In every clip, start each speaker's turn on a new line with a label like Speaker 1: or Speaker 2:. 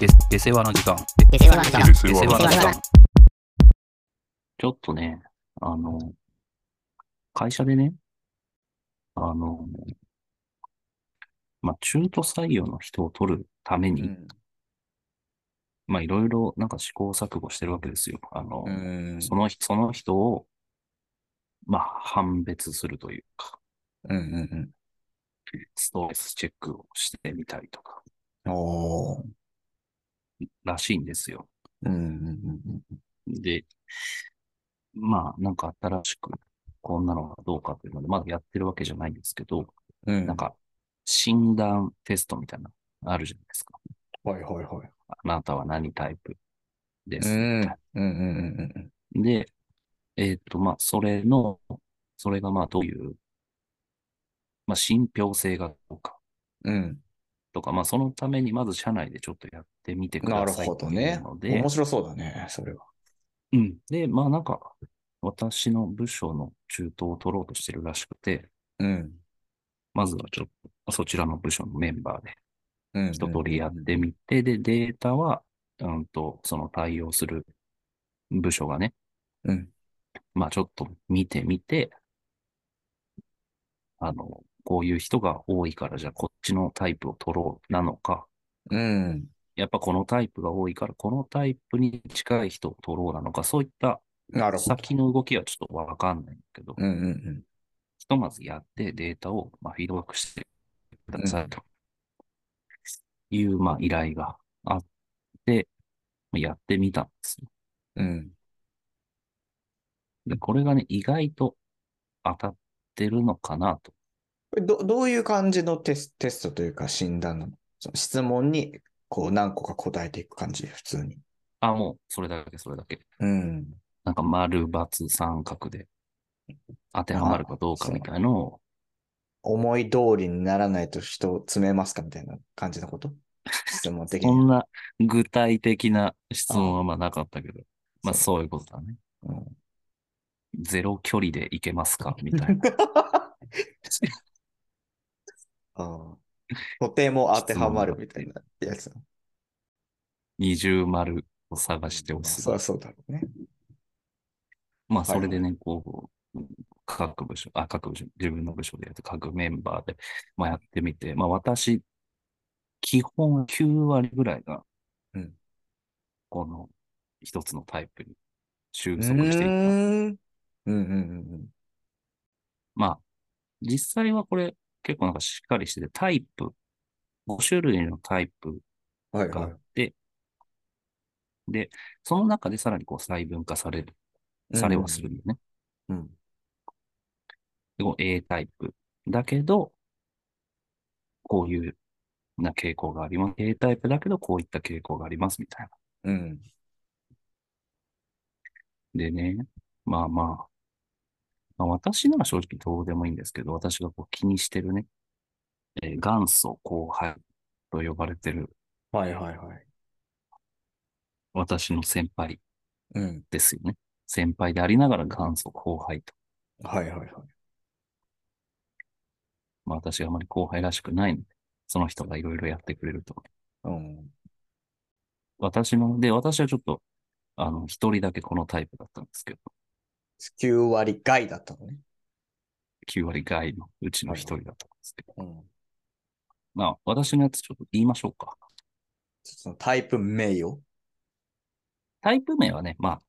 Speaker 1: で、で世話の時間。
Speaker 2: で世話の時間。
Speaker 1: で
Speaker 3: で
Speaker 1: 世
Speaker 3: 世
Speaker 1: 話
Speaker 3: 話の
Speaker 1: の
Speaker 3: 時
Speaker 1: 時間
Speaker 2: 間。
Speaker 3: ちょっとね、あの、会社でね、あの、まあ、中途採用の人を取るために、まあ、いろいろなんか試行錯誤してるわけですよ。あの、
Speaker 4: うん。
Speaker 3: その人、その人を、まあ、判別するというか、
Speaker 4: うんうん
Speaker 3: ストレスチェックをしてみたりとか、
Speaker 4: うん。おー。
Speaker 3: らしいんですよ。
Speaker 4: うんうん
Speaker 3: で、まあ、なんか新しく、こんなのがどうかっていうので、まだやってるわけじゃないんですけど、
Speaker 4: うんうん。
Speaker 3: なん、か、診断テストみたいな、あるじゃないですか。
Speaker 4: はいはいはい。
Speaker 3: あなたは何タイプで
Speaker 4: う
Speaker 3: す。み
Speaker 4: ん。うん
Speaker 3: たい
Speaker 4: うんうん
Speaker 3: なで、えっと、まあ、それの、それがまあ、どういう、まあ、信憑性がどうか
Speaker 4: うん。うん。
Speaker 3: とか、まあ、そのために、まず社内でちょっとやってみてく
Speaker 4: な
Speaker 3: だ
Speaker 4: る
Speaker 3: さい
Speaker 4: ほ
Speaker 3: って
Speaker 4: ど
Speaker 3: いう
Speaker 4: ね。
Speaker 3: ので、
Speaker 4: 面白そうだね、それは。
Speaker 3: うん。で、まあ、なんか、私の部署の中東を取ろうとしてるらしくて、
Speaker 4: うん。
Speaker 3: まずはちょっと、そちらの部署のメンバーで、
Speaker 4: うん。
Speaker 3: 一通りやってみて、で、データは、うんと、その対応する部署がね、
Speaker 4: うん。
Speaker 3: まあちょっと見てみて、あの、こういう人が多いから、じゃあこっちのタイプを取ろうなのか、
Speaker 4: うん。
Speaker 3: やっぱこのタイプが多いから、このタイプに近い人を取ろうなのか、そういった
Speaker 4: なるほど。
Speaker 3: 先の動きはちょっとわかんないけど、
Speaker 4: うんうんうん。
Speaker 3: ひとまずやってデータをまあフィードバックしてくださいというまあ依頼があって、まあやってみたんですよ。
Speaker 4: うん。
Speaker 3: で、これがね、意外と当たってるのかなと。
Speaker 4: これどどういう感じのテステストというか診断なのその質問にこう何個か答えていく感じ、普通に。
Speaker 3: あ、もうそれだけ、それだけ。
Speaker 4: うん。
Speaker 3: なんか丸、×、三角で当てはまるかどうかみたいのを、
Speaker 4: 思い通りにならないと人を詰めますかみたいな感じの こと質問的
Speaker 3: そ
Speaker 4: に。
Speaker 3: んな具体的な質問はまあなかったけど、まあ
Speaker 4: そ
Speaker 3: そういうことだね。
Speaker 4: う。
Speaker 3: ゼロ距離でいけますかみたいな。
Speaker 4: うん、とても当てはまるみたいなやつ。
Speaker 3: 二重丸を探しておす。
Speaker 4: そうそうだろうね。
Speaker 3: まあ、
Speaker 4: はい
Speaker 3: それでね、こう、各部署、あ、各部署、自分の部署でやって、各メンバーで、まあ、やってみて、まあ、私、基本9割ぐらいが
Speaker 4: うん、
Speaker 3: この一つのタイプに収
Speaker 4: う
Speaker 3: 束
Speaker 4: ー
Speaker 3: していった。
Speaker 4: ん。うんうんうん
Speaker 3: まあ、実際はこれ、結構なんかしっかりしてて、タイプ、5種類のタイプ
Speaker 4: うん。はい
Speaker 3: があ
Speaker 4: は
Speaker 3: って、で、その中でさらにこう細分化される、
Speaker 4: い。
Speaker 3: されはするんだよね。
Speaker 4: うん。
Speaker 3: で、こう A タイプ。だけど、こういうな傾向があります。A タイプだけど、こういった傾向があります、みたい
Speaker 4: うん。
Speaker 3: な。でね、まあまあ、まあ、私なら正直どうでもいいんですけど、私がこう気にしてるね、えー元祖後輩と呼ばれてる
Speaker 4: はいはいはい。
Speaker 3: 私の先輩
Speaker 4: うん。
Speaker 3: ですよね。先輩でありながら元祖後輩と。
Speaker 4: はいはいはい。
Speaker 3: まあ私があまり後輩らしくないので、その人がいろいろやってくれると。
Speaker 4: うん。
Speaker 3: 私の、で、私はちょっと、あの、一人だけこのタイプだったんですけど、
Speaker 4: 9割外だったのね。
Speaker 3: 9割外のうちの一人だったんですけど。
Speaker 4: うん。ちょっ
Speaker 3: まあ、私のやつちょっと言いましょうか。
Speaker 4: とそのタイプ名誉。
Speaker 3: タイプ名はね、まあ、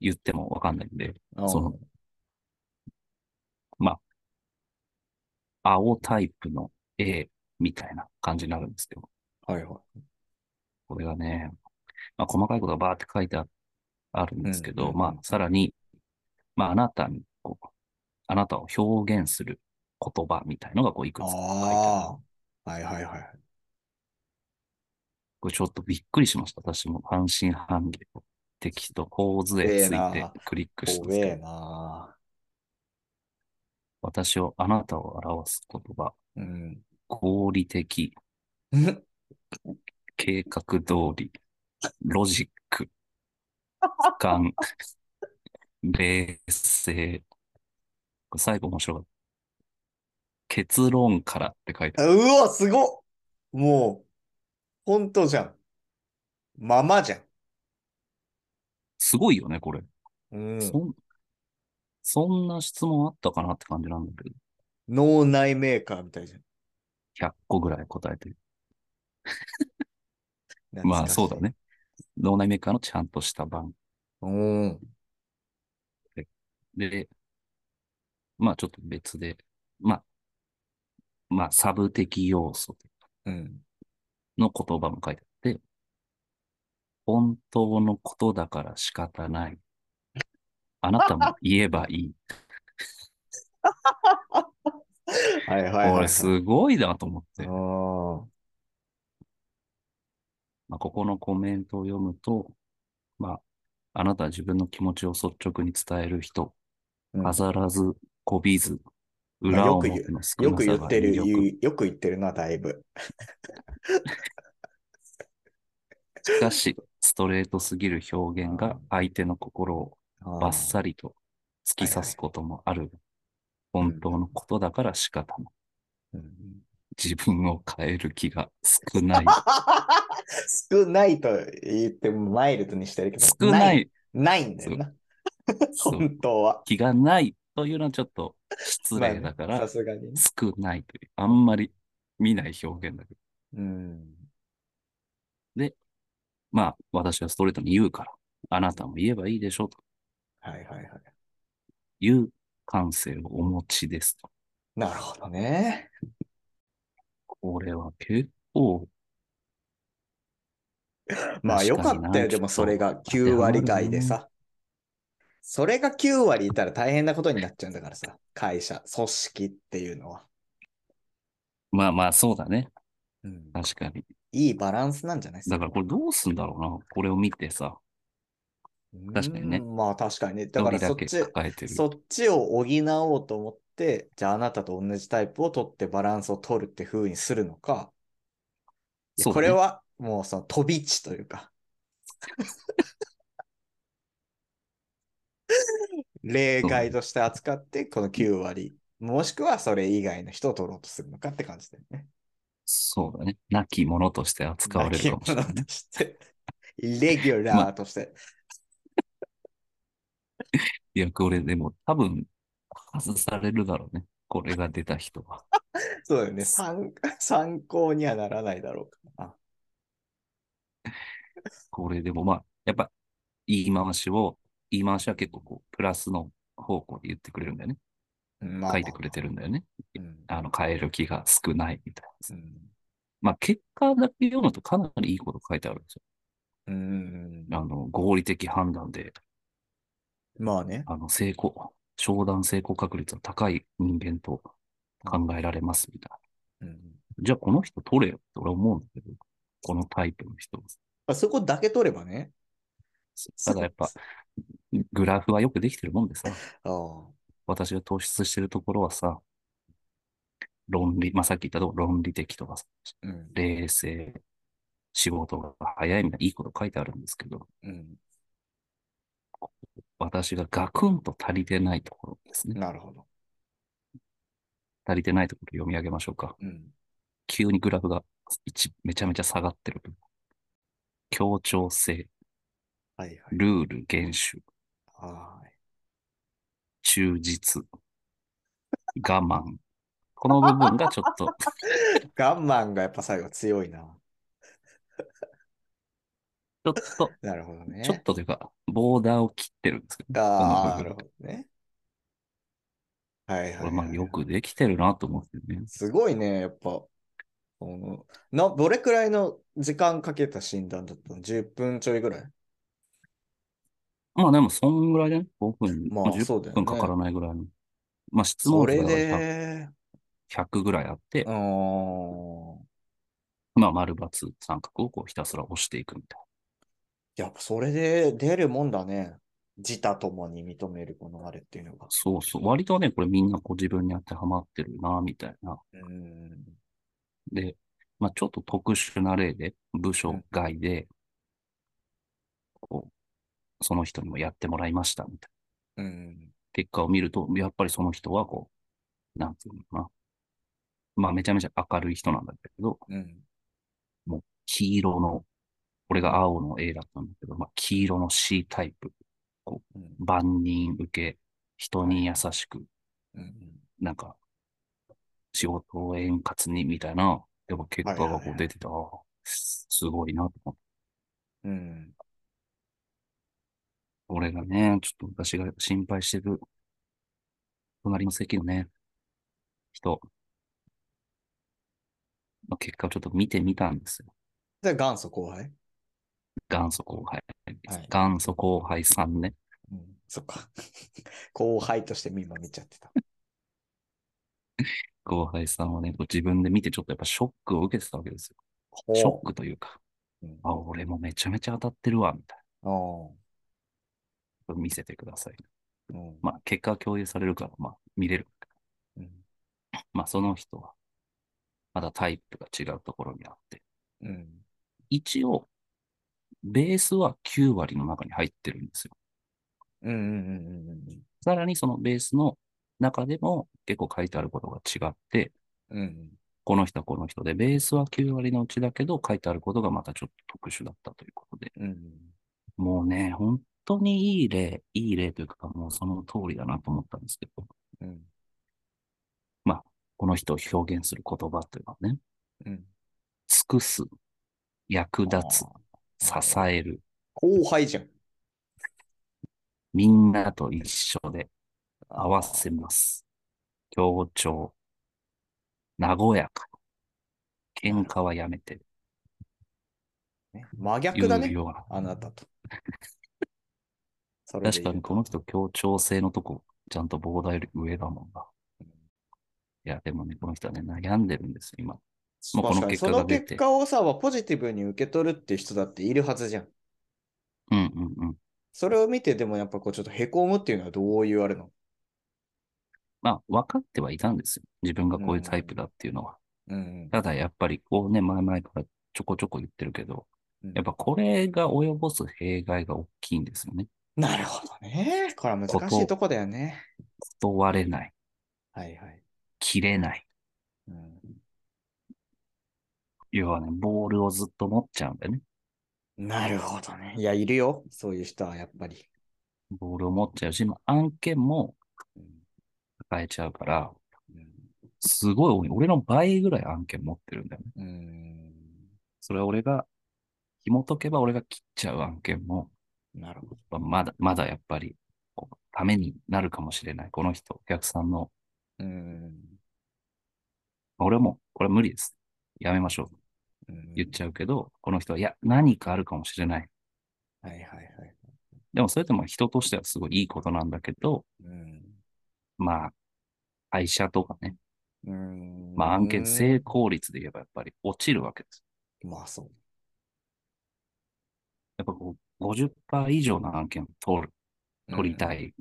Speaker 3: 言ってもわかんないんで、
Speaker 4: うん
Speaker 3: その青タイプの A みたいな感じになるんですけど、
Speaker 4: はいはい。
Speaker 3: これがね、まあ、細かいことがバーって書いてああるんですけ
Speaker 4: うん
Speaker 3: ど、
Speaker 4: うんうん
Speaker 3: まあ、さらに、まあ、あなたに、こう、あなたを表現する言葉みたいのが、こう、いくつか書いてある。
Speaker 4: ああ。はいはいはい。
Speaker 3: これちょっとびっくりしました。私も半信半疑のテキスト、構図へつ
Speaker 4: 怖
Speaker 3: い
Speaker 4: え
Speaker 3: て
Speaker 4: な
Speaker 3: クリックしたんで
Speaker 4: 怖
Speaker 3: すけ
Speaker 4: え
Speaker 3: ど、
Speaker 4: な
Speaker 3: 私を、あなたを表す言葉、
Speaker 4: うん。
Speaker 3: 合理的、計画通り、ロジック、俯瞰、 冷静。これ最後面白かった。結論からって書いてある。
Speaker 4: うわ、すごっもう、本当じゃん。ままじゃん。
Speaker 3: すごいよね、これ。
Speaker 4: うん。
Speaker 3: そん、そんな質問あったかなって感じなんだけど、
Speaker 4: 脳内メーカーみたいじゃん。
Speaker 3: 100個ぐらい答えてる。
Speaker 4: 懐
Speaker 3: ま
Speaker 4: か
Speaker 3: あ、
Speaker 4: しい
Speaker 3: そうだ。ね。脳内メーカーのちゃんとした版。
Speaker 4: うん。
Speaker 3: で、まあ、ちょっと別で、まあ、まあ、サブ的要素
Speaker 4: うん。
Speaker 3: の言葉も書いてあって、本当のことだから仕方ない。あなたも言えばいい。
Speaker 4: はい はいはい、はい。
Speaker 3: 俺、すごいなと思って。
Speaker 4: あ
Speaker 3: まあ、ここのコメントを読むと、まあ、あなたは自分の気持ちを率直に伝える人、
Speaker 4: うん
Speaker 3: 飾らず、こびず、
Speaker 4: まあ
Speaker 3: 裏
Speaker 4: よく
Speaker 3: 表
Speaker 4: 言う
Speaker 3: の
Speaker 4: あ
Speaker 3: 少
Speaker 4: よ
Speaker 3: な
Speaker 4: く
Speaker 3: さ
Speaker 4: 言っ
Speaker 3: が
Speaker 4: て
Speaker 3: 魅
Speaker 4: る、
Speaker 3: 力。
Speaker 4: 言うよく言ってるな、だいぶ。
Speaker 3: しかし、ストレートすぎる表現が相手の心を
Speaker 4: あ
Speaker 3: バッサリと突き刺すこともある。本当のことだから仕方ない。
Speaker 4: うん
Speaker 3: 自分を変える気が少 ない。
Speaker 4: 少ないと言ってもマイルドにしてるけど、
Speaker 3: 少な。い
Speaker 4: ないんだよな。
Speaker 3: そう
Speaker 4: 本当は。
Speaker 3: 気がないというのはちょっと失礼だか
Speaker 4: まあ
Speaker 3: ら
Speaker 4: ねさ、すがにね。
Speaker 3: 少ないという、あんまり見ない表現だけど。
Speaker 4: うん。
Speaker 3: まあ、私はストレートに言うから、あなたも言えばいいでしょうと
Speaker 4: はいはいはい。
Speaker 3: いう感性をお持ちですと。
Speaker 4: なるほどね。
Speaker 3: これは結構、
Speaker 4: まあ
Speaker 3: 確
Speaker 4: よ
Speaker 3: に
Speaker 4: かったよ。
Speaker 3: な
Speaker 4: でもそれが
Speaker 3: ちょっと
Speaker 4: 9割台で
Speaker 3: 当てはまる
Speaker 4: さ。それが9割いたら大変なことになっちゃうんだからさ。会社、組織っていうのは。
Speaker 3: な。まあまあ、そうだね。
Speaker 4: うん、
Speaker 3: 確かに。
Speaker 4: いいバランスなんじゃないです
Speaker 3: だからこれどうすんだろうな。これを見てさ、確かにね
Speaker 4: うんまあ確かにね。だ
Speaker 3: 一
Speaker 4: から
Speaker 3: 人だ
Speaker 4: そっ
Speaker 3: け
Speaker 4: ち、
Speaker 3: 抱えてる。
Speaker 4: そっちを補おうと思って、じゃああなたと同じタイプを取ってバランスを取るって風にするのか、いや
Speaker 3: そう
Speaker 4: こ
Speaker 3: だね
Speaker 4: れはもうその飛び地というか。 例外として扱って、この9割、もしくはそれ以外の人を取ろうとするのかって感じだよね。
Speaker 3: そうだね。亡き者として扱われるかもしれない
Speaker 4: 泣き。者として、レギュラー として。
Speaker 3: いや、これでも多分、外されるだろうね。これが出た人は。
Speaker 4: そうだよね。参参考にはならないだろうかな。
Speaker 3: これでもまあ、やっぱ、言い回しを、言い回しは結構こう、プラスの方向で言ってくれるんだよね。
Speaker 4: うんまあまあまあ
Speaker 3: 書いてくれてるんだよね。
Speaker 4: うん
Speaker 3: あの、変える気が少ないみたいな。
Speaker 4: うん
Speaker 3: まあ、結果だけ読むとかなりいいこと書いてあるんですよ。
Speaker 4: うん
Speaker 3: あの、合理的判断で、
Speaker 4: まあね。
Speaker 3: あの、成功、商談成功確率の高い人間と考えられますみたいな。
Speaker 4: うん
Speaker 3: じゃあ、この人取れよって俺思うんだけど、このタイプの人。
Speaker 4: あそこだけ取ればね。
Speaker 3: ただやっぱ、グラフはよくできてるもんでさ、
Speaker 4: ああ
Speaker 3: 私が突出してるところはさ、論理、まあ、さっき言ったとこ論理的とかさ、
Speaker 4: うん
Speaker 3: 冷静、仕事が早いみたいないいこと書いてあるんですけど、
Speaker 4: うん
Speaker 3: 私がガクンと足りてないところですね。
Speaker 4: なるほど。
Speaker 3: 足りてないところ読み上げましょうか。
Speaker 4: うん
Speaker 3: 急にグラフが一めちゃめちゃ下がってる。協調性、
Speaker 4: はいはい。
Speaker 3: ルール厳守、
Speaker 4: はい
Speaker 3: 忠実、我慢。この部分がちょっと、
Speaker 4: ガンマンがやっぱ最後強いな。
Speaker 3: ちょっと、
Speaker 4: なるほどね。
Speaker 3: ちょっとというか、ボーダーを切ってるんですけど、
Speaker 4: ああ、
Speaker 3: この
Speaker 4: な
Speaker 3: 部
Speaker 4: る
Speaker 3: 分
Speaker 4: ほどね。はい
Speaker 3: こ
Speaker 4: は
Speaker 3: れ
Speaker 4: い、
Speaker 3: まあ
Speaker 4: はい
Speaker 3: よくできてるなと思ってね。
Speaker 4: すごいね、やっぱ。このなどれくらいの時間かけた診断だったの ?10 分ちょいぐらい
Speaker 3: まあでも、そんぐらいじゃない ?5 分、
Speaker 4: まあそうだ
Speaker 3: 10
Speaker 4: よ
Speaker 3: 分
Speaker 4: ね
Speaker 3: かからないぐらいの。まあ質
Speaker 4: そ
Speaker 3: 問数
Speaker 4: れ
Speaker 3: がだから
Speaker 4: で、
Speaker 3: 100ぐらいあって
Speaker 4: う、ーん。
Speaker 3: まあ丸×三角をこうひたすら押していくみたい
Speaker 4: やっぱそれで出るもんだね。自他ともに認めるこのあれっていうのが
Speaker 3: な。。そうそう。割とね、これみんなこう自分に当てはまってるな、みたいな。
Speaker 4: うん。
Speaker 3: で、まあちょっと特殊な例で、部署外で、こう、その人にもやってもらいました、みたいな。
Speaker 4: うん。
Speaker 3: 結果を見ると、やっぱりその人はこう、なんていうのかな。まあめちゃめちゃ明るい人なんだけど、
Speaker 4: うん。
Speaker 3: 黄色の俺が青の A だったんだけど、まあ、黄色の C タイプ。
Speaker 4: うん
Speaker 3: 万人受け、人に優しく、
Speaker 4: うん
Speaker 3: なんか、仕事を円滑にみたいな、でも結果がこう出てた、ああすごいなと思って。
Speaker 4: うん。
Speaker 3: 俺がね、ちょっと私が心配してる、隣の席のね、人、の結果をちょっと見てみたんですよ。
Speaker 4: で、元祖後輩
Speaker 3: 元祖後輩。
Speaker 4: はい
Speaker 3: 元祖後輩さんね。
Speaker 4: うん。そっか。 後輩として今見ちゃってた。
Speaker 3: 後輩さんはね、こう自分で見てちょっとやっぱショックを受けてたわけですよ。 ショックというか、
Speaker 4: うん
Speaker 3: あ、俺もめちゃめちゃ当たってるわ、みたい
Speaker 4: お
Speaker 3: な。見せてください。
Speaker 4: ーうん
Speaker 3: まあ、結果は共有されるから、まあ、見れる。
Speaker 4: うん
Speaker 3: まあ、その人は、まだタイプが違うところにあって、
Speaker 4: うん。
Speaker 3: 一応、ベースは9割の中に入ってるんですよ。
Speaker 4: うんうんうんうんうん
Speaker 3: さらにそのベースの中でも結構書いてあることが違って、
Speaker 4: うんうん。
Speaker 3: この人はこの人で、ベースは9割のうちだけど、書いてあることがまたちょっと特殊だったということで、
Speaker 4: うん
Speaker 3: もうね、本当にいい例、いい例というか、もうその通りだなと思ったんですけど、
Speaker 4: うんうん
Speaker 3: この人を表現する言葉というのはね、
Speaker 4: うん。
Speaker 3: 尽くす、役立つ、
Speaker 4: あー
Speaker 3: 支える、
Speaker 4: 後輩じゃん。
Speaker 3: みんなと一緒で合わせます。協調、和やか、喧嘩はやめて、
Speaker 4: ね真
Speaker 3: いう
Speaker 4: 逆だね。
Speaker 3: ような。
Speaker 4: あなた と。それで
Speaker 3: 確
Speaker 4: 言
Speaker 3: か
Speaker 4: う
Speaker 3: にこ
Speaker 4: と
Speaker 3: の人協調性のとこ、ちゃんと膨大より上だもんな。いや、でもね、この人はね、悩んでるんですよ、今。もうこ
Speaker 4: 確
Speaker 3: の
Speaker 4: かに
Speaker 3: 結
Speaker 4: そ
Speaker 3: 果
Speaker 4: の
Speaker 3: が出
Speaker 4: 結
Speaker 3: て。
Speaker 4: 果をさ、ポジティブに受け取るっていう人だっているはずじゃん。
Speaker 3: うんうんうん。
Speaker 4: それを見て、でもやっぱこうちょっとへこむっていうのはどういうあれなの
Speaker 3: まあ、分かってはいたんですよ。自分がこういうタイプだっていうのは。
Speaker 4: うん
Speaker 3: ただやっぱりこうね、前々からちょこちょこ言ってるけど、
Speaker 4: うん。
Speaker 3: やっぱこれが及ぼす弊害が大きいんですよね。
Speaker 4: なるほどね。これは難しいとこだよね。
Speaker 3: 断れない、
Speaker 4: はいはい。
Speaker 3: 切れない。
Speaker 4: うん
Speaker 3: 要はね、ボールをずっと持っちゃうんだよね。
Speaker 4: なるほどね。いや、いるよ。そういう人はやっぱり。
Speaker 3: ボールを持っちゃうし、まあ案件も
Speaker 4: うん
Speaker 3: 抱えちゃうから、
Speaker 4: うん
Speaker 3: すごい多い。俺の倍ぐらい案件持ってるんだよね。
Speaker 4: うん。
Speaker 3: それは俺が、紐解けば俺が切っちゃう案件も、
Speaker 4: なるほ
Speaker 3: まあ
Speaker 4: ど。
Speaker 3: まだ、まだやっぱり、こうためになるかもしれない。この人、お客さんの、
Speaker 4: うん。
Speaker 3: まあ俺はもう、これは無理です。やめましょう。
Speaker 4: うん
Speaker 3: 言っちゃうけど、この人は、いや、何かあるかもしれない。
Speaker 4: はいはいはい。
Speaker 3: でも、それでも人としてはすごいいいことなんだけど、
Speaker 4: うん。
Speaker 3: まあ、会社とかね、
Speaker 4: うん
Speaker 3: まあ案件成功率で言えばやっぱり落ちるわけです。
Speaker 4: まあそう。
Speaker 3: やっぱこう50%以上の案件を取る、取りた
Speaker 4: い。
Speaker 3: い、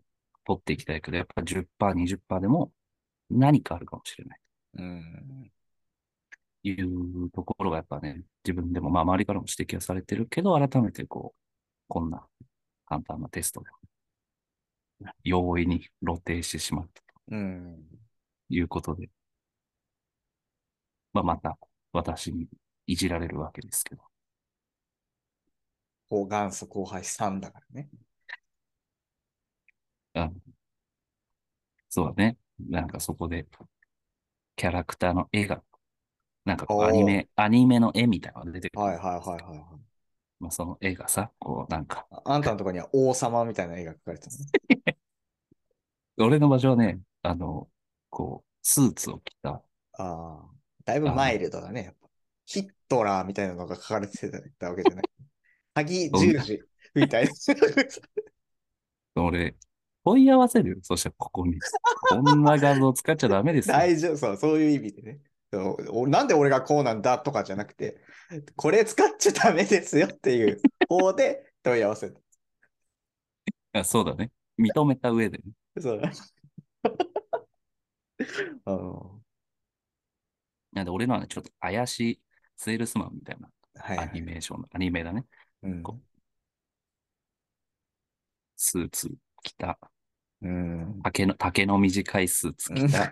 Speaker 3: 取っていきたいけど、やっぱ10%、20%でも何かあるかもしれない
Speaker 4: うん。
Speaker 3: というところがやっぱね、自分でも、まあ周りからも指摘はされてるけど、改めてこう、こんな簡単なテストで、容易に露呈してしまったと
Speaker 4: うん。
Speaker 3: いうことで、まあまた私にいじられるわけですけど、
Speaker 4: こう元祖後輩さんだからね。
Speaker 3: そうだね。なんかそこで、キャラクターの絵が、なんかこ
Speaker 4: お
Speaker 3: う
Speaker 4: ー
Speaker 3: アニメ、アニメの絵みたいなのが出てくる。
Speaker 4: はいはいはいはいはい。
Speaker 3: まあ、その絵がさ、こうなんか、
Speaker 4: ああんたのところには王様みたいな絵が描かれてる、ね。
Speaker 3: 俺の場所はね、あの、こう、スーツを着た、
Speaker 4: ああ。だいぶマイルドだね、やっぱ。ヒットラーみたいなのが描かれてたわけ じゃない。鍵十字みたいな。
Speaker 3: 俺、問い合わせるよ。そしたらここに。こんな画像使っちゃダメです よ。
Speaker 4: 大丈夫、そう、そういう意味でね。そうおなんで俺がこうなんだとかじゃなくて、これ使っちゃダメですよっていう方で問い合わせた。
Speaker 3: あそうだね。認めた上でね、
Speaker 4: そう。 あの、
Speaker 3: なんで俺のはね、ちょっと怪しいセールスマンみたいな
Speaker 4: はい、は
Speaker 3: ア
Speaker 4: い。
Speaker 3: ニメーション、アニメだね。
Speaker 4: うん
Speaker 3: スーツ着た、
Speaker 4: うん。
Speaker 3: 竹の、竹の短いスーツ
Speaker 4: うん
Speaker 3: 着た、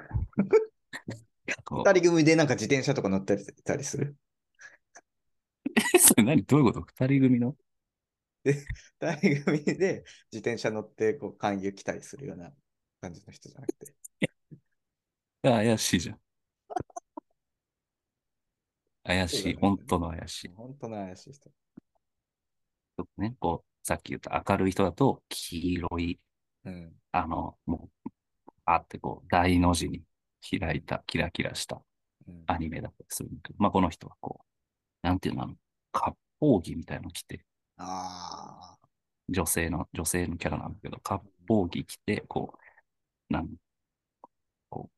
Speaker 3: こう
Speaker 4: 二人組でなんか自転車とか乗ったりたりする。
Speaker 3: それ何どういうこと二人組の
Speaker 4: 大組で自転車乗って、こう、勧誘来たりするような感じの人じゃなくて。
Speaker 3: あ怪しいじゃん。 怪しい。
Speaker 4: そうだね
Speaker 3: 本当の怪しい。ち
Speaker 4: 本当の怪しい人。
Speaker 3: ょっとね、こう、さっき言った明るい人だと、黄色い、
Speaker 4: うん。
Speaker 3: あの、もう、あってこう、大の字に開いた、キラキラした
Speaker 4: うん、
Speaker 3: アニメだったりするんだけど、まあこの人はこう、なんていうの、あの、割烹着みたいの着て、
Speaker 4: ああ。
Speaker 3: 女性の、女性のキャラなんだけど、割烹着着て、こう、なん、こ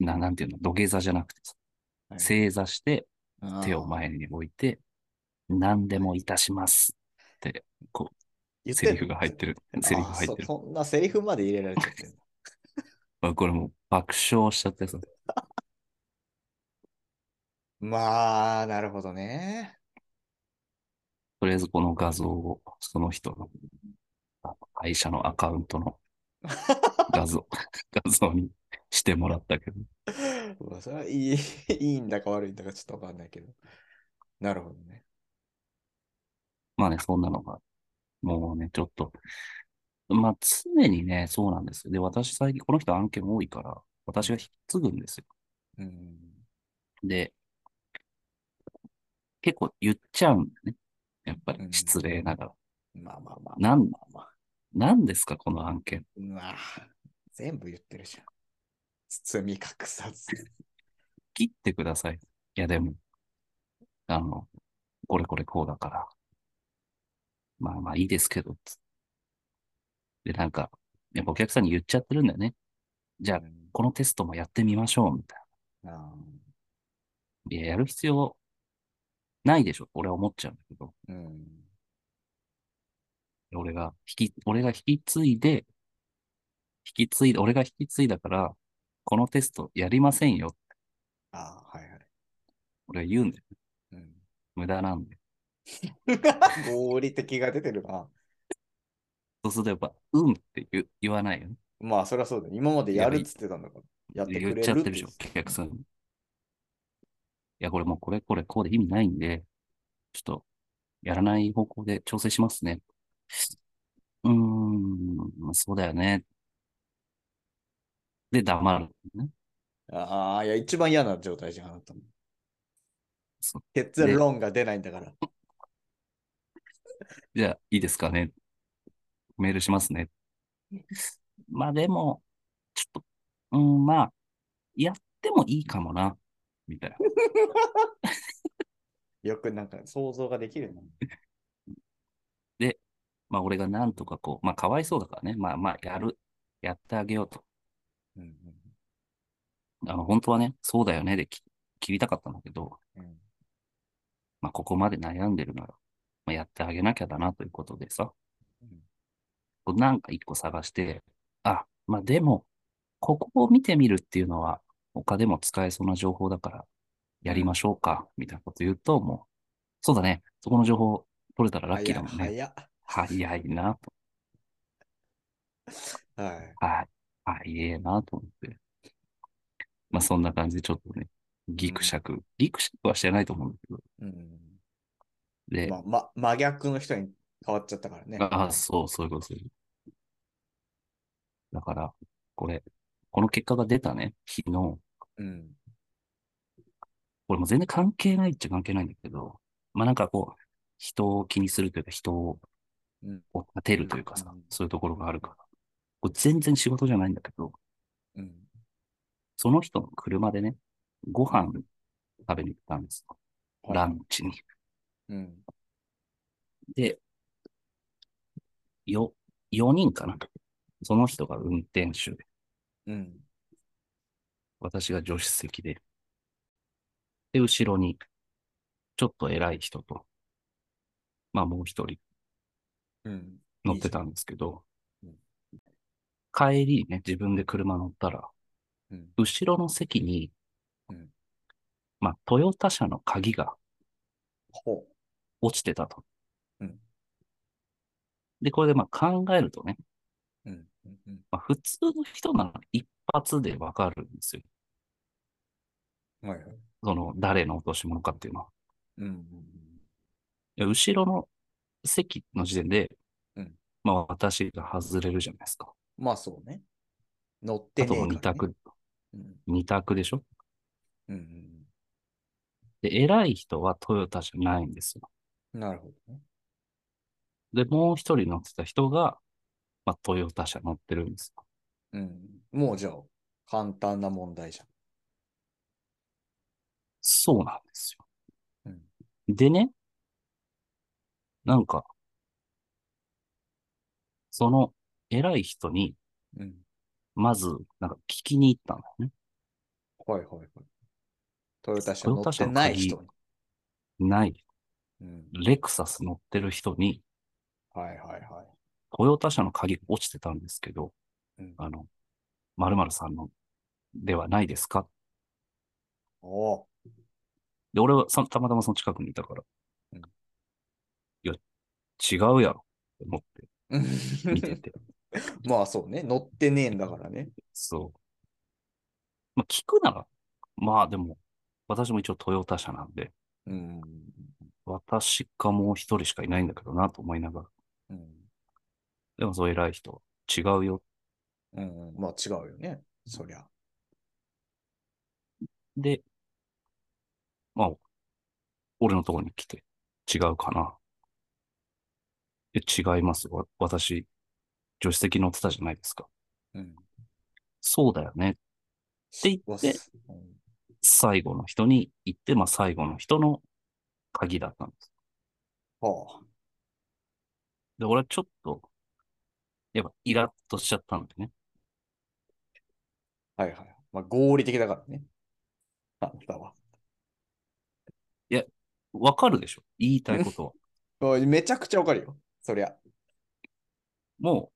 Speaker 3: う、ななんていうの、土下座じゃなくてさ、
Speaker 4: はい
Speaker 3: 正座して、手を
Speaker 4: あー
Speaker 3: 前に置いて、何でもいたします。
Speaker 4: 言って
Speaker 3: セリフが入ってる。セリフ
Speaker 4: あー
Speaker 3: 入ってる。
Speaker 4: そ。そんなセリフまで入れられちゃってる。
Speaker 3: まあこれもう爆笑しちゃってさ、
Speaker 4: まあ、なるほどね。
Speaker 3: とりあえずこの画像を、その人の、あの会社のアカウント の画像、画像にしてもらったけど、
Speaker 4: うわそれはいい、いいんだか悪いんだかちょっとわかんないけど。なるほどね。
Speaker 3: まあね、そんなのが、もうね、ちょっと、まあ常にね、そうなんですよ。で、私最近、この人案件多いから、私が引き継ぐんですよ。
Speaker 4: うん。
Speaker 3: で、結構言っちゃうんだよね。やっぱり
Speaker 4: うん
Speaker 3: 失礼ながら。
Speaker 4: まあまあまあ。
Speaker 3: なん
Speaker 4: まあまあ。
Speaker 3: 何ですか、この案件。
Speaker 4: まあ、全部言ってるじゃん。包み隠さず。
Speaker 3: 切ってください。いや、でも、あの、これこれこうだから。まあまあいいですけど。つで、なんか、やっぱお客さんに言っちゃってるんだよね。じゃあ、
Speaker 4: うん
Speaker 3: このテストもやってみましょう、みたい
Speaker 4: あー
Speaker 3: な。いや、やる必要ないでしょ。俺は思っちゃうんだけど。
Speaker 4: うん。
Speaker 3: 俺が引き、俺が引き継いで、引き継いで、俺が引き継いだから、このテストやりませんよ。
Speaker 4: ああ、はいはい。
Speaker 3: 俺は言うんだよ。
Speaker 4: うん、
Speaker 3: 無駄なんで。
Speaker 4: 合理的が出てるな。
Speaker 3: そうするとやっぱ、うんって言う言わないよね。
Speaker 4: まあ、そりゃそうだ、ね。今までやるっつってたんだから。やって
Speaker 3: 言
Speaker 4: く
Speaker 3: っ
Speaker 4: れ
Speaker 3: ちゃっ
Speaker 4: るってて
Speaker 3: るでしょ、お客さんに。いや、これもうこれこれこうで意味ないんで、ちょっと、やらない方向で調整しますね。うーん、そうだよね。で、黙る、ね。
Speaker 4: ああ、いや、一番嫌な状態じゃん、あなたも
Speaker 3: そう。
Speaker 4: 結論が出ないんだから。
Speaker 3: じゃあ、いいですかね。メールしますね。まあでも、ちょっと、うん、まあ、やってもいいかもな、みたいな。
Speaker 4: よくなんか想像ができるな。
Speaker 3: まあ、俺がなんとかこう、まあ、かわいそうだからね。まあまあ、やる。やってあげようと。
Speaker 4: うん
Speaker 3: あの、本当はね、そうだよねでき切りたかったんだけど、
Speaker 4: うんうん
Speaker 3: まあ、ここまで悩んでるなら、まあ、やってあげなきゃだなということでさ、
Speaker 4: うん
Speaker 3: こうなんか一個探して、あ、まあでも、ここを見てみるっていうのは、他でも使えそうな情報だから、やりましょうか、みたいなこと言うと、もう、そうだね、そこの情報取れたらラッキーだもんね。
Speaker 4: 早っ
Speaker 3: 早いなと、
Speaker 4: 早っはい。
Speaker 3: はい、早いなと思って。まあそんな感じでちょっとね、ギクシャク、ギクシャクはしてないと思うんだけど、
Speaker 4: うん
Speaker 3: で、
Speaker 4: まあ、ま、真逆の人に変わっちゃったからね。
Speaker 3: ああ、そう、そういうことです。だから、これ、この結果が出たね、日の、
Speaker 4: うん。
Speaker 3: これもう全然関係ないっちゃ関係ないんだけど、まあなんかこう、人を気にするというか、人を
Speaker 4: うん
Speaker 3: を立てるというかさ
Speaker 4: うん、
Speaker 3: そういうところがあるから、これ全然仕事じゃないんだけど、
Speaker 4: うん。
Speaker 3: その人の車でね、ご飯食べに行ったんですよ。
Speaker 4: はい
Speaker 3: ランチに。
Speaker 4: うん。
Speaker 3: で、よ、4人かな。その人が運転手で、
Speaker 4: うん。
Speaker 3: 私が助手席で、で、後ろに、ちょっと偉い人と、まあもう一人
Speaker 4: うん。
Speaker 3: 乗ってたんですけど
Speaker 4: いいじ、
Speaker 3: 帰りね、自分で車乗ったら、
Speaker 4: うん。
Speaker 3: 後ろの席に
Speaker 4: うん、
Speaker 3: まあトヨタ車の鍵が
Speaker 4: ほ
Speaker 3: 落ちてたと
Speaker 4: うん。
Speaker 3: で、これでまあ考えるとね、
Speaker 4: う。うん。うんうん
Speaker 3: まあ、普通の人なら一発でわかるんですよ。
Speaker 4: はいはい。
Speaker 3: その誰の落とし物かっていうのは。
Speaker 4: うんうんうん。
Speaker 3: いや後ろの席の時点で、
Speaker 4: うん
Speaker 3: まあ私が外れるじゃないですか。
Speaker 4: まあそうね。乗
Speaker 3: あ
Speaker 4: ってね
Speaker 3: と
Speaker 4: え
Speaker 3: もう2
Speaker 4: から
Speaker 3: 択、
Speaker 4: ねうん
Speaker 3: 二択でしょ
Speaker 4: うん
Speaker 3: で、偉い人はトヨタじゃないんですよ。
Speaker 4: うん。なるほどね。
Speaker 3: で、もう一人乗ってた人が、まあトヨタ車乗ってるんですよ。
Speaker 4: うん。もうじゃあ、簡単な問題じ
Speaker 3: そうなんですよ。
Speaker 4: ゃん。うん。
Speaker 3: でね、なんか、その偉い人に、
Speaker 4: うん。
Speaker 3: まず、なんか聞きに行ったんだよね。
Speaker 4: はいはいはい。トヨタ車
Speaker 3: ト
Speaker 4: 乗
Speaker 3: ヨタ
Speaker 4: って
Speaker 3: 車の
Speaker 4: ない
Speaker 3: 鍵
Speaker 4: 人に。
Speaker 3: ない、
Speaker 4: うん。
Speaker 3: レクサス乗ってる人に、
Speaker 4: はいはいは
Speaker 3: トヨタ車の鍵落ちてたんですけど、
Speaker 4: い。うん、
Speaker 3: あの、〇〇さんのではないですか
Speaker 4: おお。
Speaker 3: で、俺はそたまたまその近くにいたから、
Speaker 4: うん
Speaker 3: いや、違うやろ、って思って 見てて。
Speaker 4: まあそうね。乗ってねえんだからね。
Speaker 3: そう。まあ、聞くなら、まあでも、私も一応トヨタ車なんで、
Speaker 4: うん。
Speaker 3: 私かもう一人しかいないんだけどなと思いながら。
Speaker 4: うん。
Speaker 3: でもそう偉い人、違うよ。
Speaker 4: うん、まあ違うよね。そりゃ。
Speaker 3: で、まあ、俺のところに来て、違うかな。え、違います。わ私、助手席乗ってたじゃないですか。
Speaker 4: うん。
Speaker 3: そうだよね。て言って
Speaker 4: うわすうん
Speaker 3: 最後の人に行って、まあ最後の人の鍵だったんです。
Speaker 4: はあ。
Speaker 3: で、俺はちょっと、やっぱイラッとしちゃったんでね。
Speaker 4: はいはい。まあ合理的だからね。あんたは。
Speaker 3: わかるでしょ言いたいことは。
Speaker 4: おいめちゃくちゃわかるよ。そりゃ。
Speaker 3: も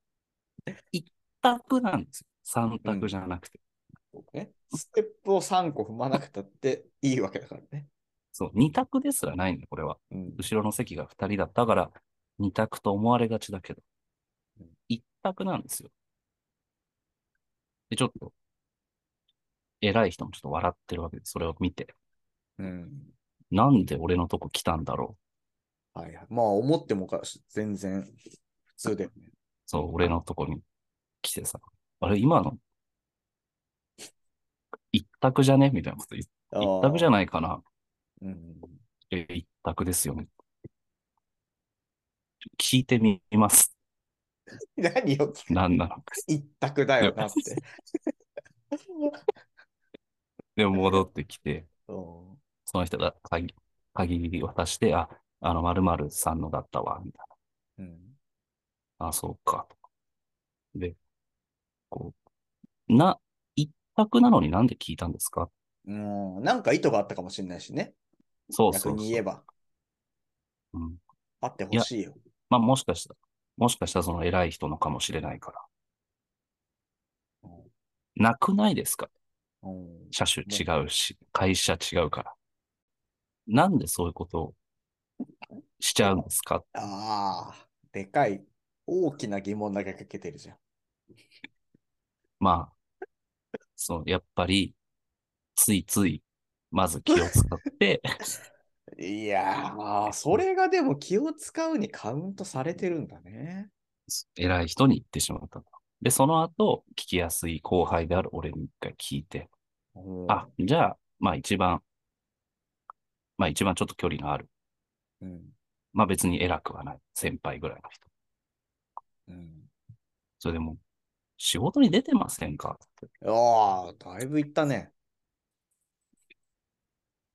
Speaker 3: う、一択なんですよ。三択じゃなくて。
Speaker 4: そうね。ステップを3個踏まなくたっていいわけだからね。
Speaker 3: そう、二択ですらないんだ、これは。
Speaker 4: うん。
Speaker 3: 後ろの席が二人だったから、二択と思われがちだけど
Speaker 4: うん、
Speaker 3: 一択なんですよ。で、ちょっと、偉い人もちょっと笑ってるわけで、それを見て、
Speaker 4: うん。
Speaker 3: なんで俺のとこ来たんだろう。
Speaker 4: はいはい。まあ思ってもおかしい。全然普通だよね。
Speaker 3: そう、俺のとこに来てさ、あれ、今の、一択じゃねみたいなこと言って、 一択じゃ
Speaker 4: ない。
Speaker 3: ないかな。
Speaker 4: うん。
Speaker 3: え一択ですよね。聞いてみます。
Speaker 4: 何よ、
Speaker 3: なんなのか。
Speaker 4: 一択だよなって。
Speaker 3: で、戻ってきて、
Speaker 4: うん
Speaker 3: その人が鍵、鍵渡して、あ、あの、〇〇さんのだったわ、みたい
Speaker 4: うん。
Speaker 3: な。あ、そうか。で、こう、な、一択なのになんで聞いたんですか
Speaker 4: うん。なんか意図があったかもしれないしね。
Speaker 3: そうそうそう。
Speaker 4: 逆に言えば、
Speaker 3: うん。
Speaker 4: あってほしいよ。
Speaker 3: まあ、もしかしたら、もしかしたらその偉い人のかもしれないから。なくないですか
Speaker 4: うん。
Speaker 3: 車種違うし、会社違うから。なんでそういうことをしちゃうんですか
Speaker 4: ああ、でかい、大きな疑問投げかけてるじゃん。
Speaker 3: まあ、そう、やっぱり、ついつい、まず気を使って、
Speaker 4: いやー、それがでも気を使うにカウントされてるんだね。
Speaker 3: 偉い人に言ってしまったと。で、その後、聞きやすい後輩である俺に一回聞いて、
Speaker 4: うん
Speaker 3: あ、じゃあ、まあ一番、まあ一番ちょっと距離のある、
Speaker 4: うん。
Speaker 3: まあ別に偉くはない、先輩ぐらいの人。
Speaker 4: うん。
Speaker 3: それでも、仕事に出てませんかって
Speaker 4: ああ、だいぶいったね。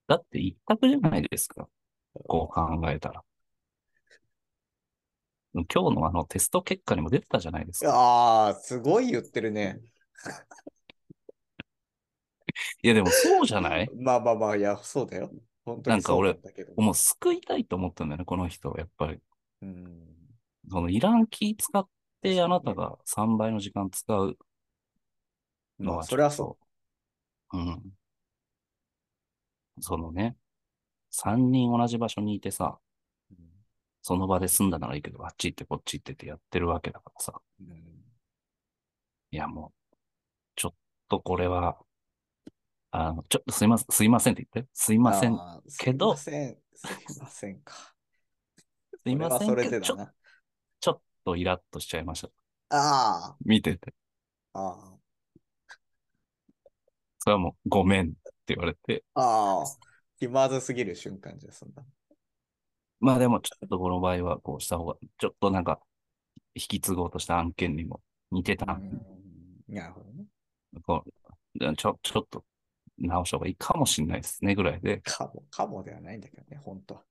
Speaker 3: だって一択じゃないですか。こう考えたら。今日のあのテスト結果にも出てたじゃないですか。
Speaker 4: ああ、すごい言ってるね。
Speaker 3: いやでもそうじゃない
Speaker 4: まあまあまあ、いや、そうだよ。本当
Speaker 3: なん
Speaker 4: に
Speaker 3: か
Speaker 4: そう
Speaker 3: 俺
Speaker 4: なんだけど。
Speaker 3: もう救いたいと思ったんだよね、この人。やっぱり。
Speaker 4: うん。
Speaker 3: そのいらん気使ってあなたが3倍の時間使うの
Speaker 4: まあ、
Speaker 3: は。
Speaker 4: それはそう
Speaker 3: うん。そのね、3人同じ場所にいてさ、
Speaker 4: う。
Speaker 3: その場で済んだならいいけど、あっち行ってこっち行ってってやってるわけだからさ。
Speaker 4: うん
Speaker 3: いや、もう、ちょっとこれは、あの、ちょっとすいません、すいませんって言って。すいません。
Speaker 4: あー
Speaker 3: けど
Speaker 4: すいません。すいませんか。
Speaker 3: すいませ
Speaker 4: そ
Speaker 3: ん
Speaker 4: れ
Speaker 3: け
Speaker 4: はそ
Speaker 3: ど、
Speaker 4: れで
Speaker 3: ち
Speaker 4: だ
Speaker 3: ょ
Speaker 4: な。
Speaker 3: ちょっとイラッとしちゃいました。
Speaker 4: あ
Speaker 3: 見てて。
Speaker 4: あ、あ
Speaker 3: それはもう、ごめんって言われて。
Speaker 4: あ、ああ。気まずすぎる瞬間じゃん、そんな。
Speaker 3: まあでも、ちょっとこの場合は、こうした方が、ちょっとなんか、引き継ごうとした案件にも似てた
Speaker 4: う
Speaker 3: な。
Speaker 4: んなるほどね。
Speaker 3: こうちょ、ちょっと直した方がいいかもしれないですね、ぐらいで。
Speaker 4: かも、かもではないんだけどね、本当は。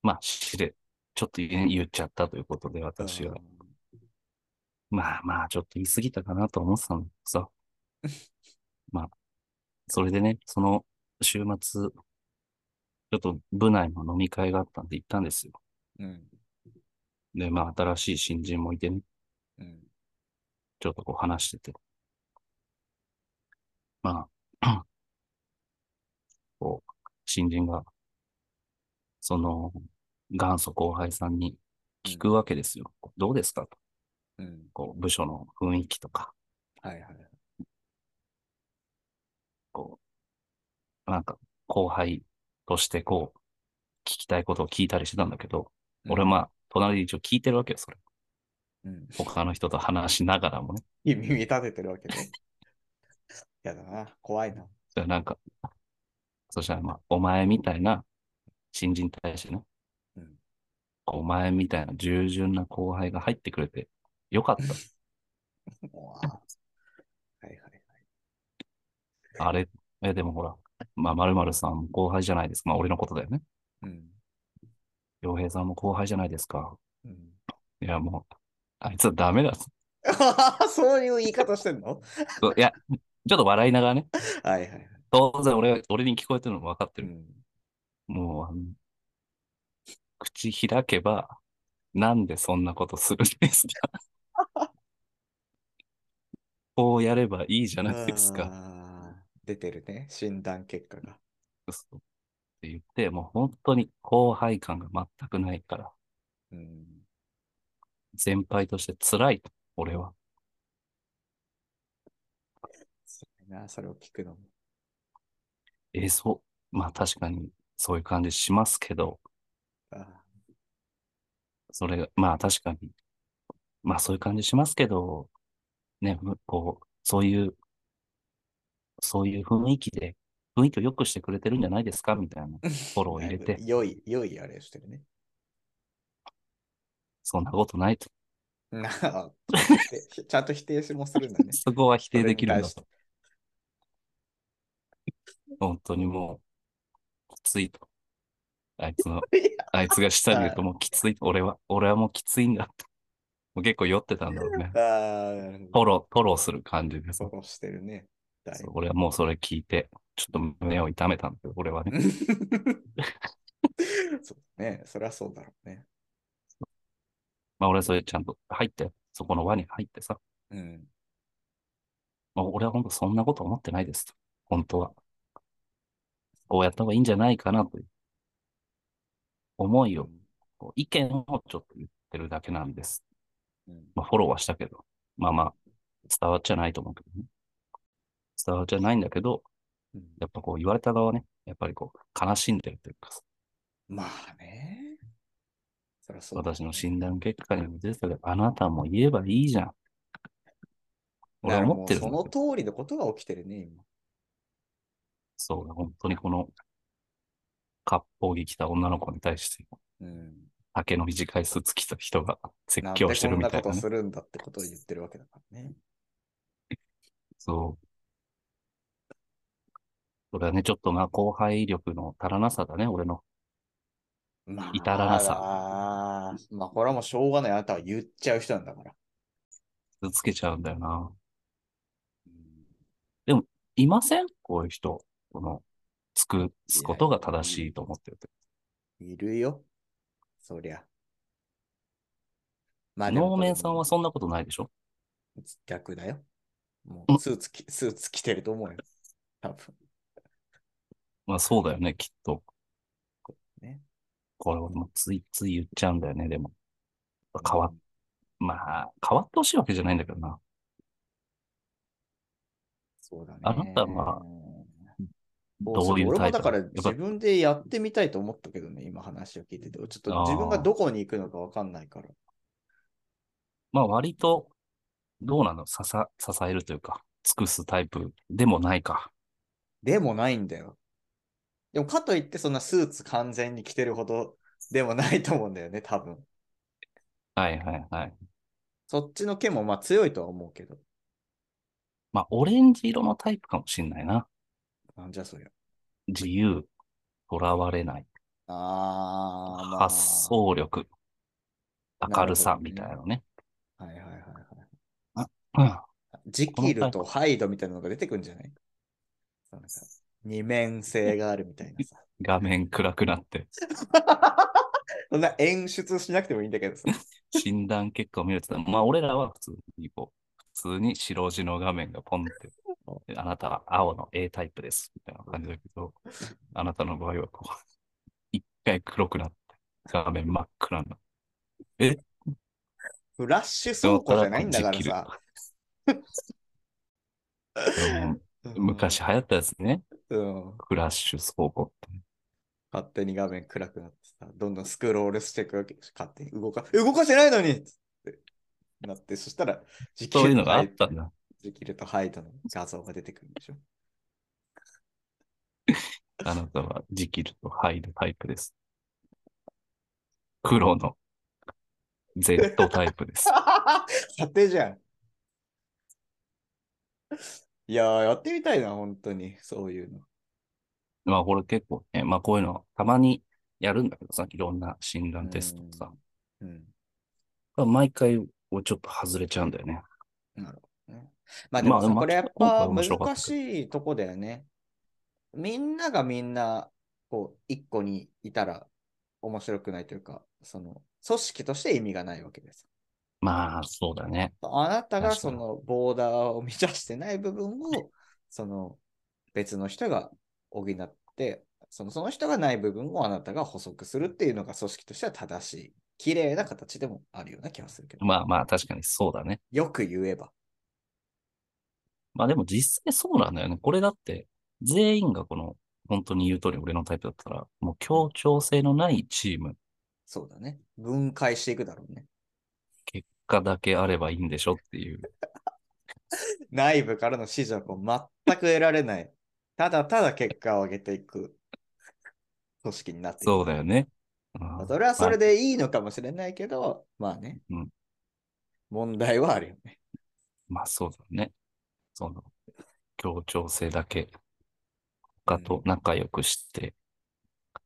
Speaker 3: まあ、失礼。ちょっと言え言っちゃったということで、私は
Speaker 4: う。ん
Speaker 3: まあまあ、ちょっと言い過ぎたかなと思ってたんだけどさ。 まあ、それでね、その週末、ちょっと部内の飲み会があったんで行ったんですよ。
Speaker 4: うん。
Speaker 3: で、まあ、新しい新人もいてね、
Speaker 4: うん。
Speaker 3: ちょっとこう話してて。まあ、 こう、新人が、その、元祖後輩さんに聞くわけですよ。どうですかと。
Speaker 4: うん。
Speaker 3: こう、部署の雰囲気とか。
Speaker 4: はいはい。
Speaker 3: こう、なんか後輩としてこう、聞きたいことを聞いたりしてたんだけど、俺はまあ、隣で一応聞いてるわけよ、それ。
Speaker 4: うん、
Speaker 3: 他の人と話しながらもね。
Speaker 4: 耳立ててるわけで。やだな、怖いな。
Speaker 3: それなんか、そしたらまあ、お前みたいな新人に対してね、
Speaker 4: うん
Speaker 3: お前みたいな従順な後輩が入ってくれてよかっ
Speaker 4: うわはいはい。
Speaker 3: た。あれ、え、でもほら、まあ、まるさんも後輩じゃないですか。まあ、俺のことだよね。
Speaker 4: うん。
Speaker 3: 洋平さんも後輩じゃないですか。
Speaker 4: うん、
Speaker 3: いや、もう、あいつはダメだ。
Speaker 4: そういう言い方してんの
Speaker 3: そういや、ちょっと笑いながらね、
Speaker 4: はいはい。
Speaker 3: 当然俺は、俺に聞こえてるの分かって
Speaker 4: う
Speaker 3: る。
Speaker 4: ん、
Speaker 3: もう、あの、口開けば、なんでそんなことするんですかこうやればいいじゃないですか。
Speaker 4: あー出てるね、診断結果が。
Speaker 3: そうって言って、もう本当に後輩感が全くないから、
Speaker 4: うん、
Speaker 3: 先輩として辛いと、俺は。
Speaker 4: そうやなそれを聞くのも。
Speaker 3: えーそう。まあ確かに、そういう感じしますけど、
Speaker 4: あ
Speaker 3: それが、まあ確かに、まあそういう感じしますけど、ね、むこう、そういう、そういう雰囲気で、雰囲気を良くしてくれてるんじゃないですかみたいな。
Speaker 4: ー
Speaker 3: フォロー入れて
Speaker 4: だ いぶ良い、良いあれをしてるね。
Speaker 3: そんなことないと。
Speaker 4: なあでちゃんと否定 しもするんだね。
Speaker 3: そこは否定できるんだ
Speaker 4: そ
Speaker 3: と。本当にもう、きついと。あいつの、
Speaker 4: いや
Speaker 3: あいつが下にいるともうきつい。俺は、俺はもうきついんだと。 もう結構酔ってたんだろうね。
Speaker 4: あーなる
Speaker 3: ト
Speaker 4: ほど
Speaker 3: ロ、トロする感じでさ
Speaker 4: フ。ォローしてるね。だい
Speaker 3: そう俺はもうそれ聞いて、ちょっと胸を痛めたんだけど、俺はね。
Speaker 4: ぶ そうね、そりゃそうだろうね。
Speaker 3: まあ俺はそれちゃんと入って、そこの輪に入ってさ、
Speaker 4: うん。
Speaker 3: まあ、俺は本当そんなこと思ってないですと。本当は。こうやった方がいいんじゃないかなという思いを、こう意見をちょっと言ってるだけなんです。
Speaker 4: うん
Speaker 3: まあフォローはしたけど、まあまあ、伝わっちゃないと思うけどね。伝わっちゃないんだけど、
Speaker 4: うん
Speaker 3: やっぱこう言われた側ね、やっぱりこう悲しんでるというかさ、
Speaker 4: まあね。そりゃそうだね
Speaker 3: 私の診断結果にも出てたけど、あなたも言えばいいじゃん。俺は
Speaker 4: だから
Speaker 3: 思
Speaker 4: も
Speaker 3: っ
Speaker 4: う
Speaker 3: てるんだ
Speaker 4: そ
Speaker 3: けど
Speaker 4: の通りのことが起きてるね、今。
Speaker 3: そうだ、本当にこの、割烹着着た女の子に対して、
Speaker 4: うん。
Speaker 3: 丈の短いスーツ着た人が説
Speaker 4: なんで
Speaker 3: 教して
Speaker 4: こ
Speaker 3: る
Speaker 4: ん
Speaker 3: み
Speaker 4: な
Speaker 3: た
Speaker 4: こ
Speaker 3: いな
Speaker 4: と
Speaker 3: ね。
Speaker 4: するんだってことを言ってるわけだからね。
Speaker 3: そう。それはね、ちょっとな、後輩力の足らなさだね、俺の。
Speaker 4: まあ、
Speaker 3: 至らなさ
Speaker 4: あーまあ、これはもうしょうがない。あなたは言っちゃう人なんだから。
Speaker 3: 傷つけちゃうんだよな。
Speaker 4: うん
Speaker 3: いませんこういう人。この、尽くすことが正しいと思ってる。
Speaker 4: いるよ。そりゃ。まあでも
Speaker 3: 能面さんはそんなことないでしょ
Speaker 4: 逆だよ。も
Speaker 3: う
Speaker 4: うんスーツき、スーツ着てると思うよ。多分。
Speaker 3: まあそうだよね、きっと。
Speaker 4: ね
Speaker 3: これ俺もついつい言っちゃうんだよね、でも。変わっまあ、変わってほしいわけじゃないんだけどな。
Speaker 4: そうだね。
Speaker 3: あなたが
Speaker 4: そう
Speaker 3: どういう
Speaker 4: 俺
Speaker 3: タ
Speaker 4: も
Speaker 3: イプ
Speaker 4: だから
Speaker 3: やっ
Speaker 4: 自
Speaker 3: ぱ
Speaker 4: 分でやってみたいと思ったけどね、今話を聞いてて。ちょっと
Speaker 3: あー
Speaker 4: 自分がどこに行くのかわかんないから。
Speaker 3: まあ割と、どうなの支え、支えるというか、尽くすタイプでもないか。
Speaker 4: でもないんだよ。でもかといってそんなスーツ完全に着てるほどでもないと思うんだよね、多分。
Speaker 3: はいはいはい。
Speaker 4: そっちの剣もまあ強いとは思うけど。
Speaker 3: まあオレンジ色のタイプかもしんないな。
Speaker 4: なんじゃそりゃ。
Speaker 3: 自由、とらわれない、
Speaker 4: あー、まあ。
Speaker 3: 発想力、明るさみたいなね。
Speaker 4: はいはいはいはい。
Speaker 3: うん
Speaker 4: ジキルとハイドみたいなのが出てくるんじゃないなんか二面性があるみたいなさ。
Speaker 3: 画面暗くなって、
Speaker 4: そんな演出しなくてもいいんだけどさ。
Speaker 3: 診断結果を見ると、まあ俺らは普通にこう、普通に白地の画面がポンって、あなたは青の A タイプです、みたいな感じだけど、あなたの場合はこう、一回黒くなって、画面真っ暗な。
Speaker 4: フラッシュ倉庫じゃないんだからさ。うん
Speaker 3: 昔。流行ったですね。
Speaker 4: うん。
Speaker 3: クラッシュ倉庫って。
Speaker 4: 勝手に画面暗くなってさ、どんどんスクロールしていくわけ。勝手に動か、動かしてないのにってなって、そしたら、ジ
Speaker 3: そういう
Speaker 4: と
Speaker 3: のがあ
Speaker 4: ハ
Speaker 3: っ
Speaker 4: イ
Speaker 3: たんだ。
Speaker 4: ジキルとハイドの画像が出てくるんでしょ。
Speaker 3: あなたはジキルとハイドタイプです。黒の Z タイプです。
Speaker 4: 査定じゃん。いやー、やってみたいな、本当に、そういうの。
Speaker 3: まあこれ結構ね、まあこういうのたまにやるんだけどさ、いろんな診断テストさ。
Speaker 4: うん。
Speaker 3: 毎回俺ちょっと外れちゃうんだよね。
Speaker 4: なるほどね。まあでもさ、
Speaker 3: まあ
Speaker 4: これやっ
Speaker 3: まあ
Speaker 4: ぱ
Speaker 3: 今回面白かった
Speaker 4: 難しいとこだよね。みんながみんな、こう、一個にいたら面白くないというか、その、組織として意味がないわけです。
Speaker 3: まあそうだね。
Speaker 4: あなたが
Speaker 3: 確
Speaker 4: そ
Speaker 3: かに
Speaker 4: のボーダーを満たしてない部分を、その別の人が補って、そのその人がない部分をあなたが補足するっていうのが組織としては正しい。綺麗な形でもあるような気がするけど。
Speaker 3: まあまあ確かにそうだね。
Speaker 4: よく言えば。
Speaker 3: まあでも実際そうなんだよね。これだって、全員がこの、本当に言う通り俺のタイプだったら、もう協調性のないチーム、
Speaker 4: そうだね。分解していくだろうね。
Speaker 3: 結果だけあればいいんでしょっていう。
Speaker 4: 内部からの指示はこう全く得られない。ただただ結果を上げていく組織になっていく。
Speaker 3: そうだよね。
Speaker 4: ま
Speaker 3: う
Speaker 4: あ
Speaker 3: ん
Speaker 4: それはそれ
Speaker 3: ま
Speaker 4: でいいのかもしれないけど、まあね。
Speaker 3: うん
Speaker 4: 問題はあるよね。
Speaker 3: あまあそうだね。その、協調性だけ、他と仲良くして、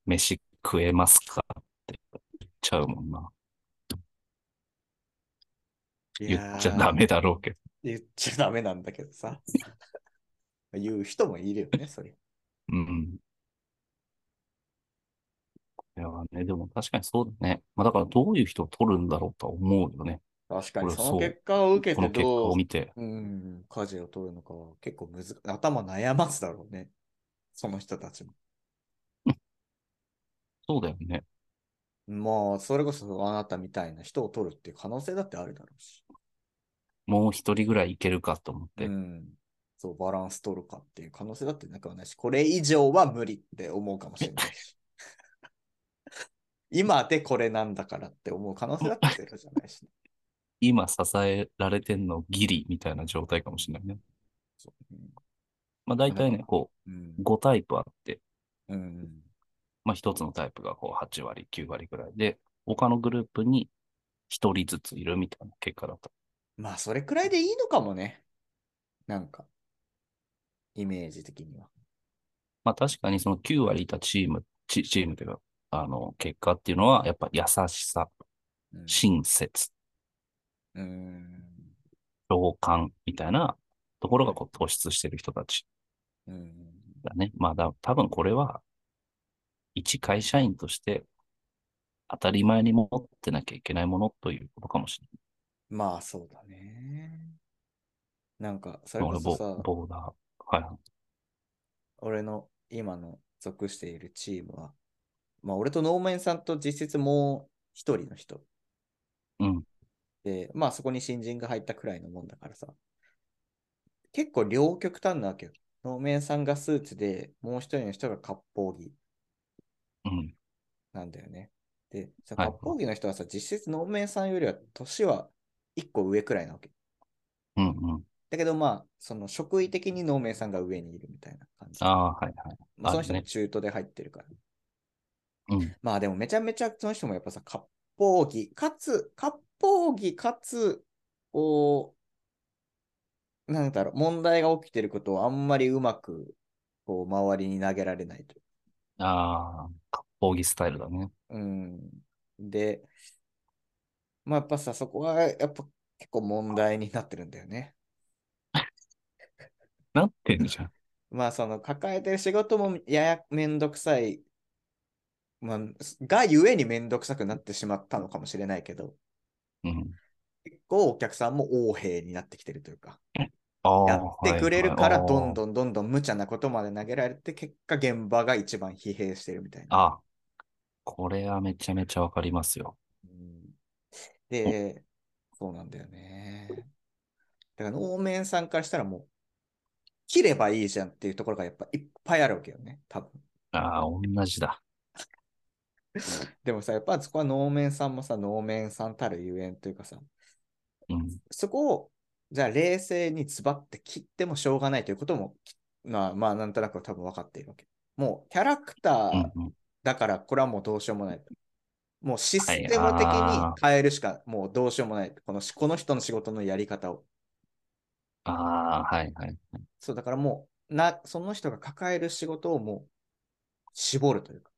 Speaker 3: 飯食えますかって言っちゃうもんな。言っちゃダ
Speaker 4: メ
Speaker 3: メだろうけど。
Speaker 4: 言っちゃダメなんだけどさ。 言う人もいるよね、それ。
Speaker 3: うん。いやね、でも確かにそうだね。まあだからどういう人を取るんだろうとは思うよね。
Speaker 4: 確か
Speaker 3: こ
Speaker 4: に、
Speaker 3: れ
Speaker 4: その
Speaker 3: そう
Speaker 4: 結果を受け
Speaker 3: こ
Speaker 4: て
Speaker 3: の結果
Speaker 4: どう
Speaker 3: を、見て。
Speaker 4: うん、舵を取るのかは結構むず、頭悩ますだろうね。その人たちも。
Speaker 3: そうだよね。
Speaker 4: まあ、それこそあなたみたいな人を取るっていう可能性だってあるだろうし。
Speaker 3: もう一人ぐらいいけるかと思っ
Speaker 4: う
Speaker 3: て。
Speaker 4: ん。そう、バランス取るかっていう可能性だってなくはないし、これ以上は無理って思うかもしれない し。今でこれなんだからって思う可能性だってゼロじゃないし、ね。
Speaker 3: 今支えられてんのギリみたいな状態かもしれないね。
Speaker 4: そう
Speaker 3: まあ大体ね、こ
Speaker 4: うん
Speaker 3: う、5タイプあって、
Speaker 4: うん。
Speaker 3: まあ一つのタイプがこう8割、9割ぐらいで、他のグループに一人ずついるみたいな結果だった。
Speaker 4: まあ、それくらいでいいのかもね。なんか、イメージ的には。
Speaker 3: まあ確かにその9割いたチーム、チチームというか、あの、結果っていうのは、やっぱ優しさ、
Speaker 4: うん
Speaker 3: 親切、
Speaker 4: うん。
Speaker 3: 共感みたいなところがこう突出してる人たち
Speaker 4: うん。
Speaker 3: だね。まあだ、多分これは、一会社員として当たり前に持ってなきゃいけないものということかもしれない。
Speaker 4: まあ、そうだね。なんか、それこ
Speaker 3: 俺
Speaker 4: そ
Speaker 3: ボ、
Speaker 4: さ、
Speaker 3: ボーダー。はいはい。
Speaker 4: 俺の今の属しているチームは、まあ、俺と能面さんと実質もう一人の人。
Speaker 3: うん。
Speaker 4: で、まあ、そこに新人が入ったくらいのもんだからさ。結構両極端なわけよ。能面さんがスーツで、もう一人の人が割烹着
Speaker 3: うん。
Speaker 4: なんだよね。で、さ
Speaker 3: はい
Speaker 4: 割烹着の人はさ、実質能面さんよりは年は1個上くらいなわけ。
Speaker 3: うんうん。
Speaker 4: だけどまあ、その職位的に能面さんが上にいるみたいな感じ。
Speaker 3: ああ、はいはい。
Speaker 4: まあ、その人
Speaker 3: あ
Speaker 4: も
Speaker 3: るね
Speaker 4: 中途で入ってるから。
Speaker 3: うん。
Speaker 4: まあでもめちゃめちゃその人もやっぱさ、割烹着、かつ、割烹着かつ、こう、なんだろう、問題が起きてることをあんまりうまく、こう、周りに投げられないという
Speaker 3: ああ、割烹着スタイルだね。
Speaker 4: うん。で、まあやっぱさ、そこはやっぱ結構問題になってるんだよね。
Speaker 3: なってんじゃん。
Speaker 4: まあその抱えてる仕事もややめんどくさい、まあ、がゆえにめんどくさくなってしまったのかもしれないけど、
Speaker 3: うん。
Speaker 4: 結構お客さんも横兵になってきてるというか、
Speaker 3: ああ、
Speaker 4: やってくれるからどん
Speaker 3: ん。
Speaker 4: どんどんどん無茶なことまで投げられて、結果現場が一番疲弊してるみたいな。
Speaker 3: ああ、これはめちゃめちゃわかりますよ。
Speaker 4: うんで、そうなんだよね。だから、能面さんからしたらもう、切ればいいじゃんっていうところがやっぱいっぱいあるわけよね、多分。
Speaker 3: ああ、同じだ。
Speaker 4: でもさ、やっぱそこは能面さんもさ、能面さんたるゆえんというかさ、
Speaker 3: うん。
Speaker 4: そこを、じゃあ冷静にズバって切ってもしょうがないということも、きまあまあ、なんとなく多分分かっているわけ。もう、キャラクタ
Speaker 3: う
Speaker 4: ー
Speaker 3: んうん。
Speaker 4: だから、これはもうどうしようもない。もうシステム的
Speaker 3: はい
Speaker 4: に
Speaker 3: あ
Speaker 4: 変えるしか、もうどうしようもない。このしこの人の仕事のやり方を。
Speaker 3: ああ、はいはい。
Speaker 4: そう、だからもう、な、その人が抱える仕事をもう、絞るというか、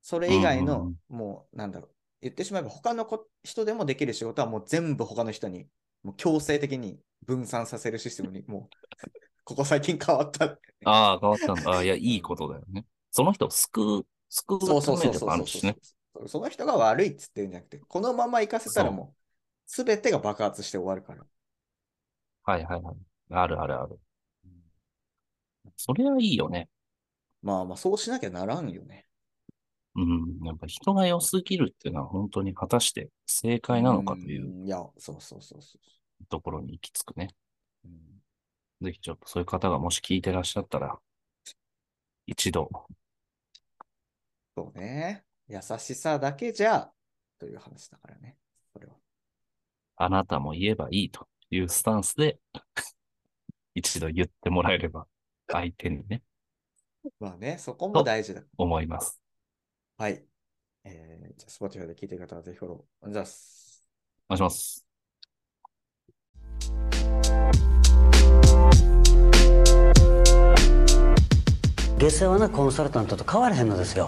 Speaker 4: それ以外
Speaker 3: うん
Speaker 4: の
Speaker 3: うん、
Speaker 4: もう、なんだろう、言ってしまえば、他のこ人でもできる仕事はもう全部他の人に、もう強制的に分散させるシステムに、もう、 ここ最近変わった。
Speaker 3: ああ、変わったんだ。ああ、いや、いいことだよね。その人を救う、救うた
Speaker 4: そうそう
Speaker 3: め
Speaker 4: そう
Speaker 3: で
Speaker 4: そう
Speaker 3: もあ
Speaker 4: そ
Speaker 3: る
Speaker 4: う
Speaker 3: しね。
Speaker 4: そうその人が悪いっつってるんじゃなくて、このまま行かせたらもう、すべてが爆発して終わるから。
Speaker 3: はいはいはい。あるあるある。それはいいよね。
Speaker 4: まあまあ、そうしなきゃならんよね。。
Speaker 3: うん。やっぱ人が良すぎるっていうのは本当に果たして正解なのかというん
Speaker 4: いや、そうそうそうそ
Speaker 3: ところに行き着くね。
Speaker 4: う。うん
Speaker 3: ぜひちょっとそういう方がもし聞いてらっしゃったら、一度。
Speaker 4: そうね。優しさだけじゃ、という話だからね。それは。
Speaker 3: あなたも言えばいいというスタンスで、一度言ってもらえれば、相手にね、
Speaker 4: まあね、そこも大事だ。
Speaker 3: 思います。
Speaker 4: はい。えー、じゃあ、Spotify で聞いてる方はぜひフォロー。お願いします。
Speaker 3: お願いします。
Speaker 1: 下世話なコンサルタントと変わらへんのですよ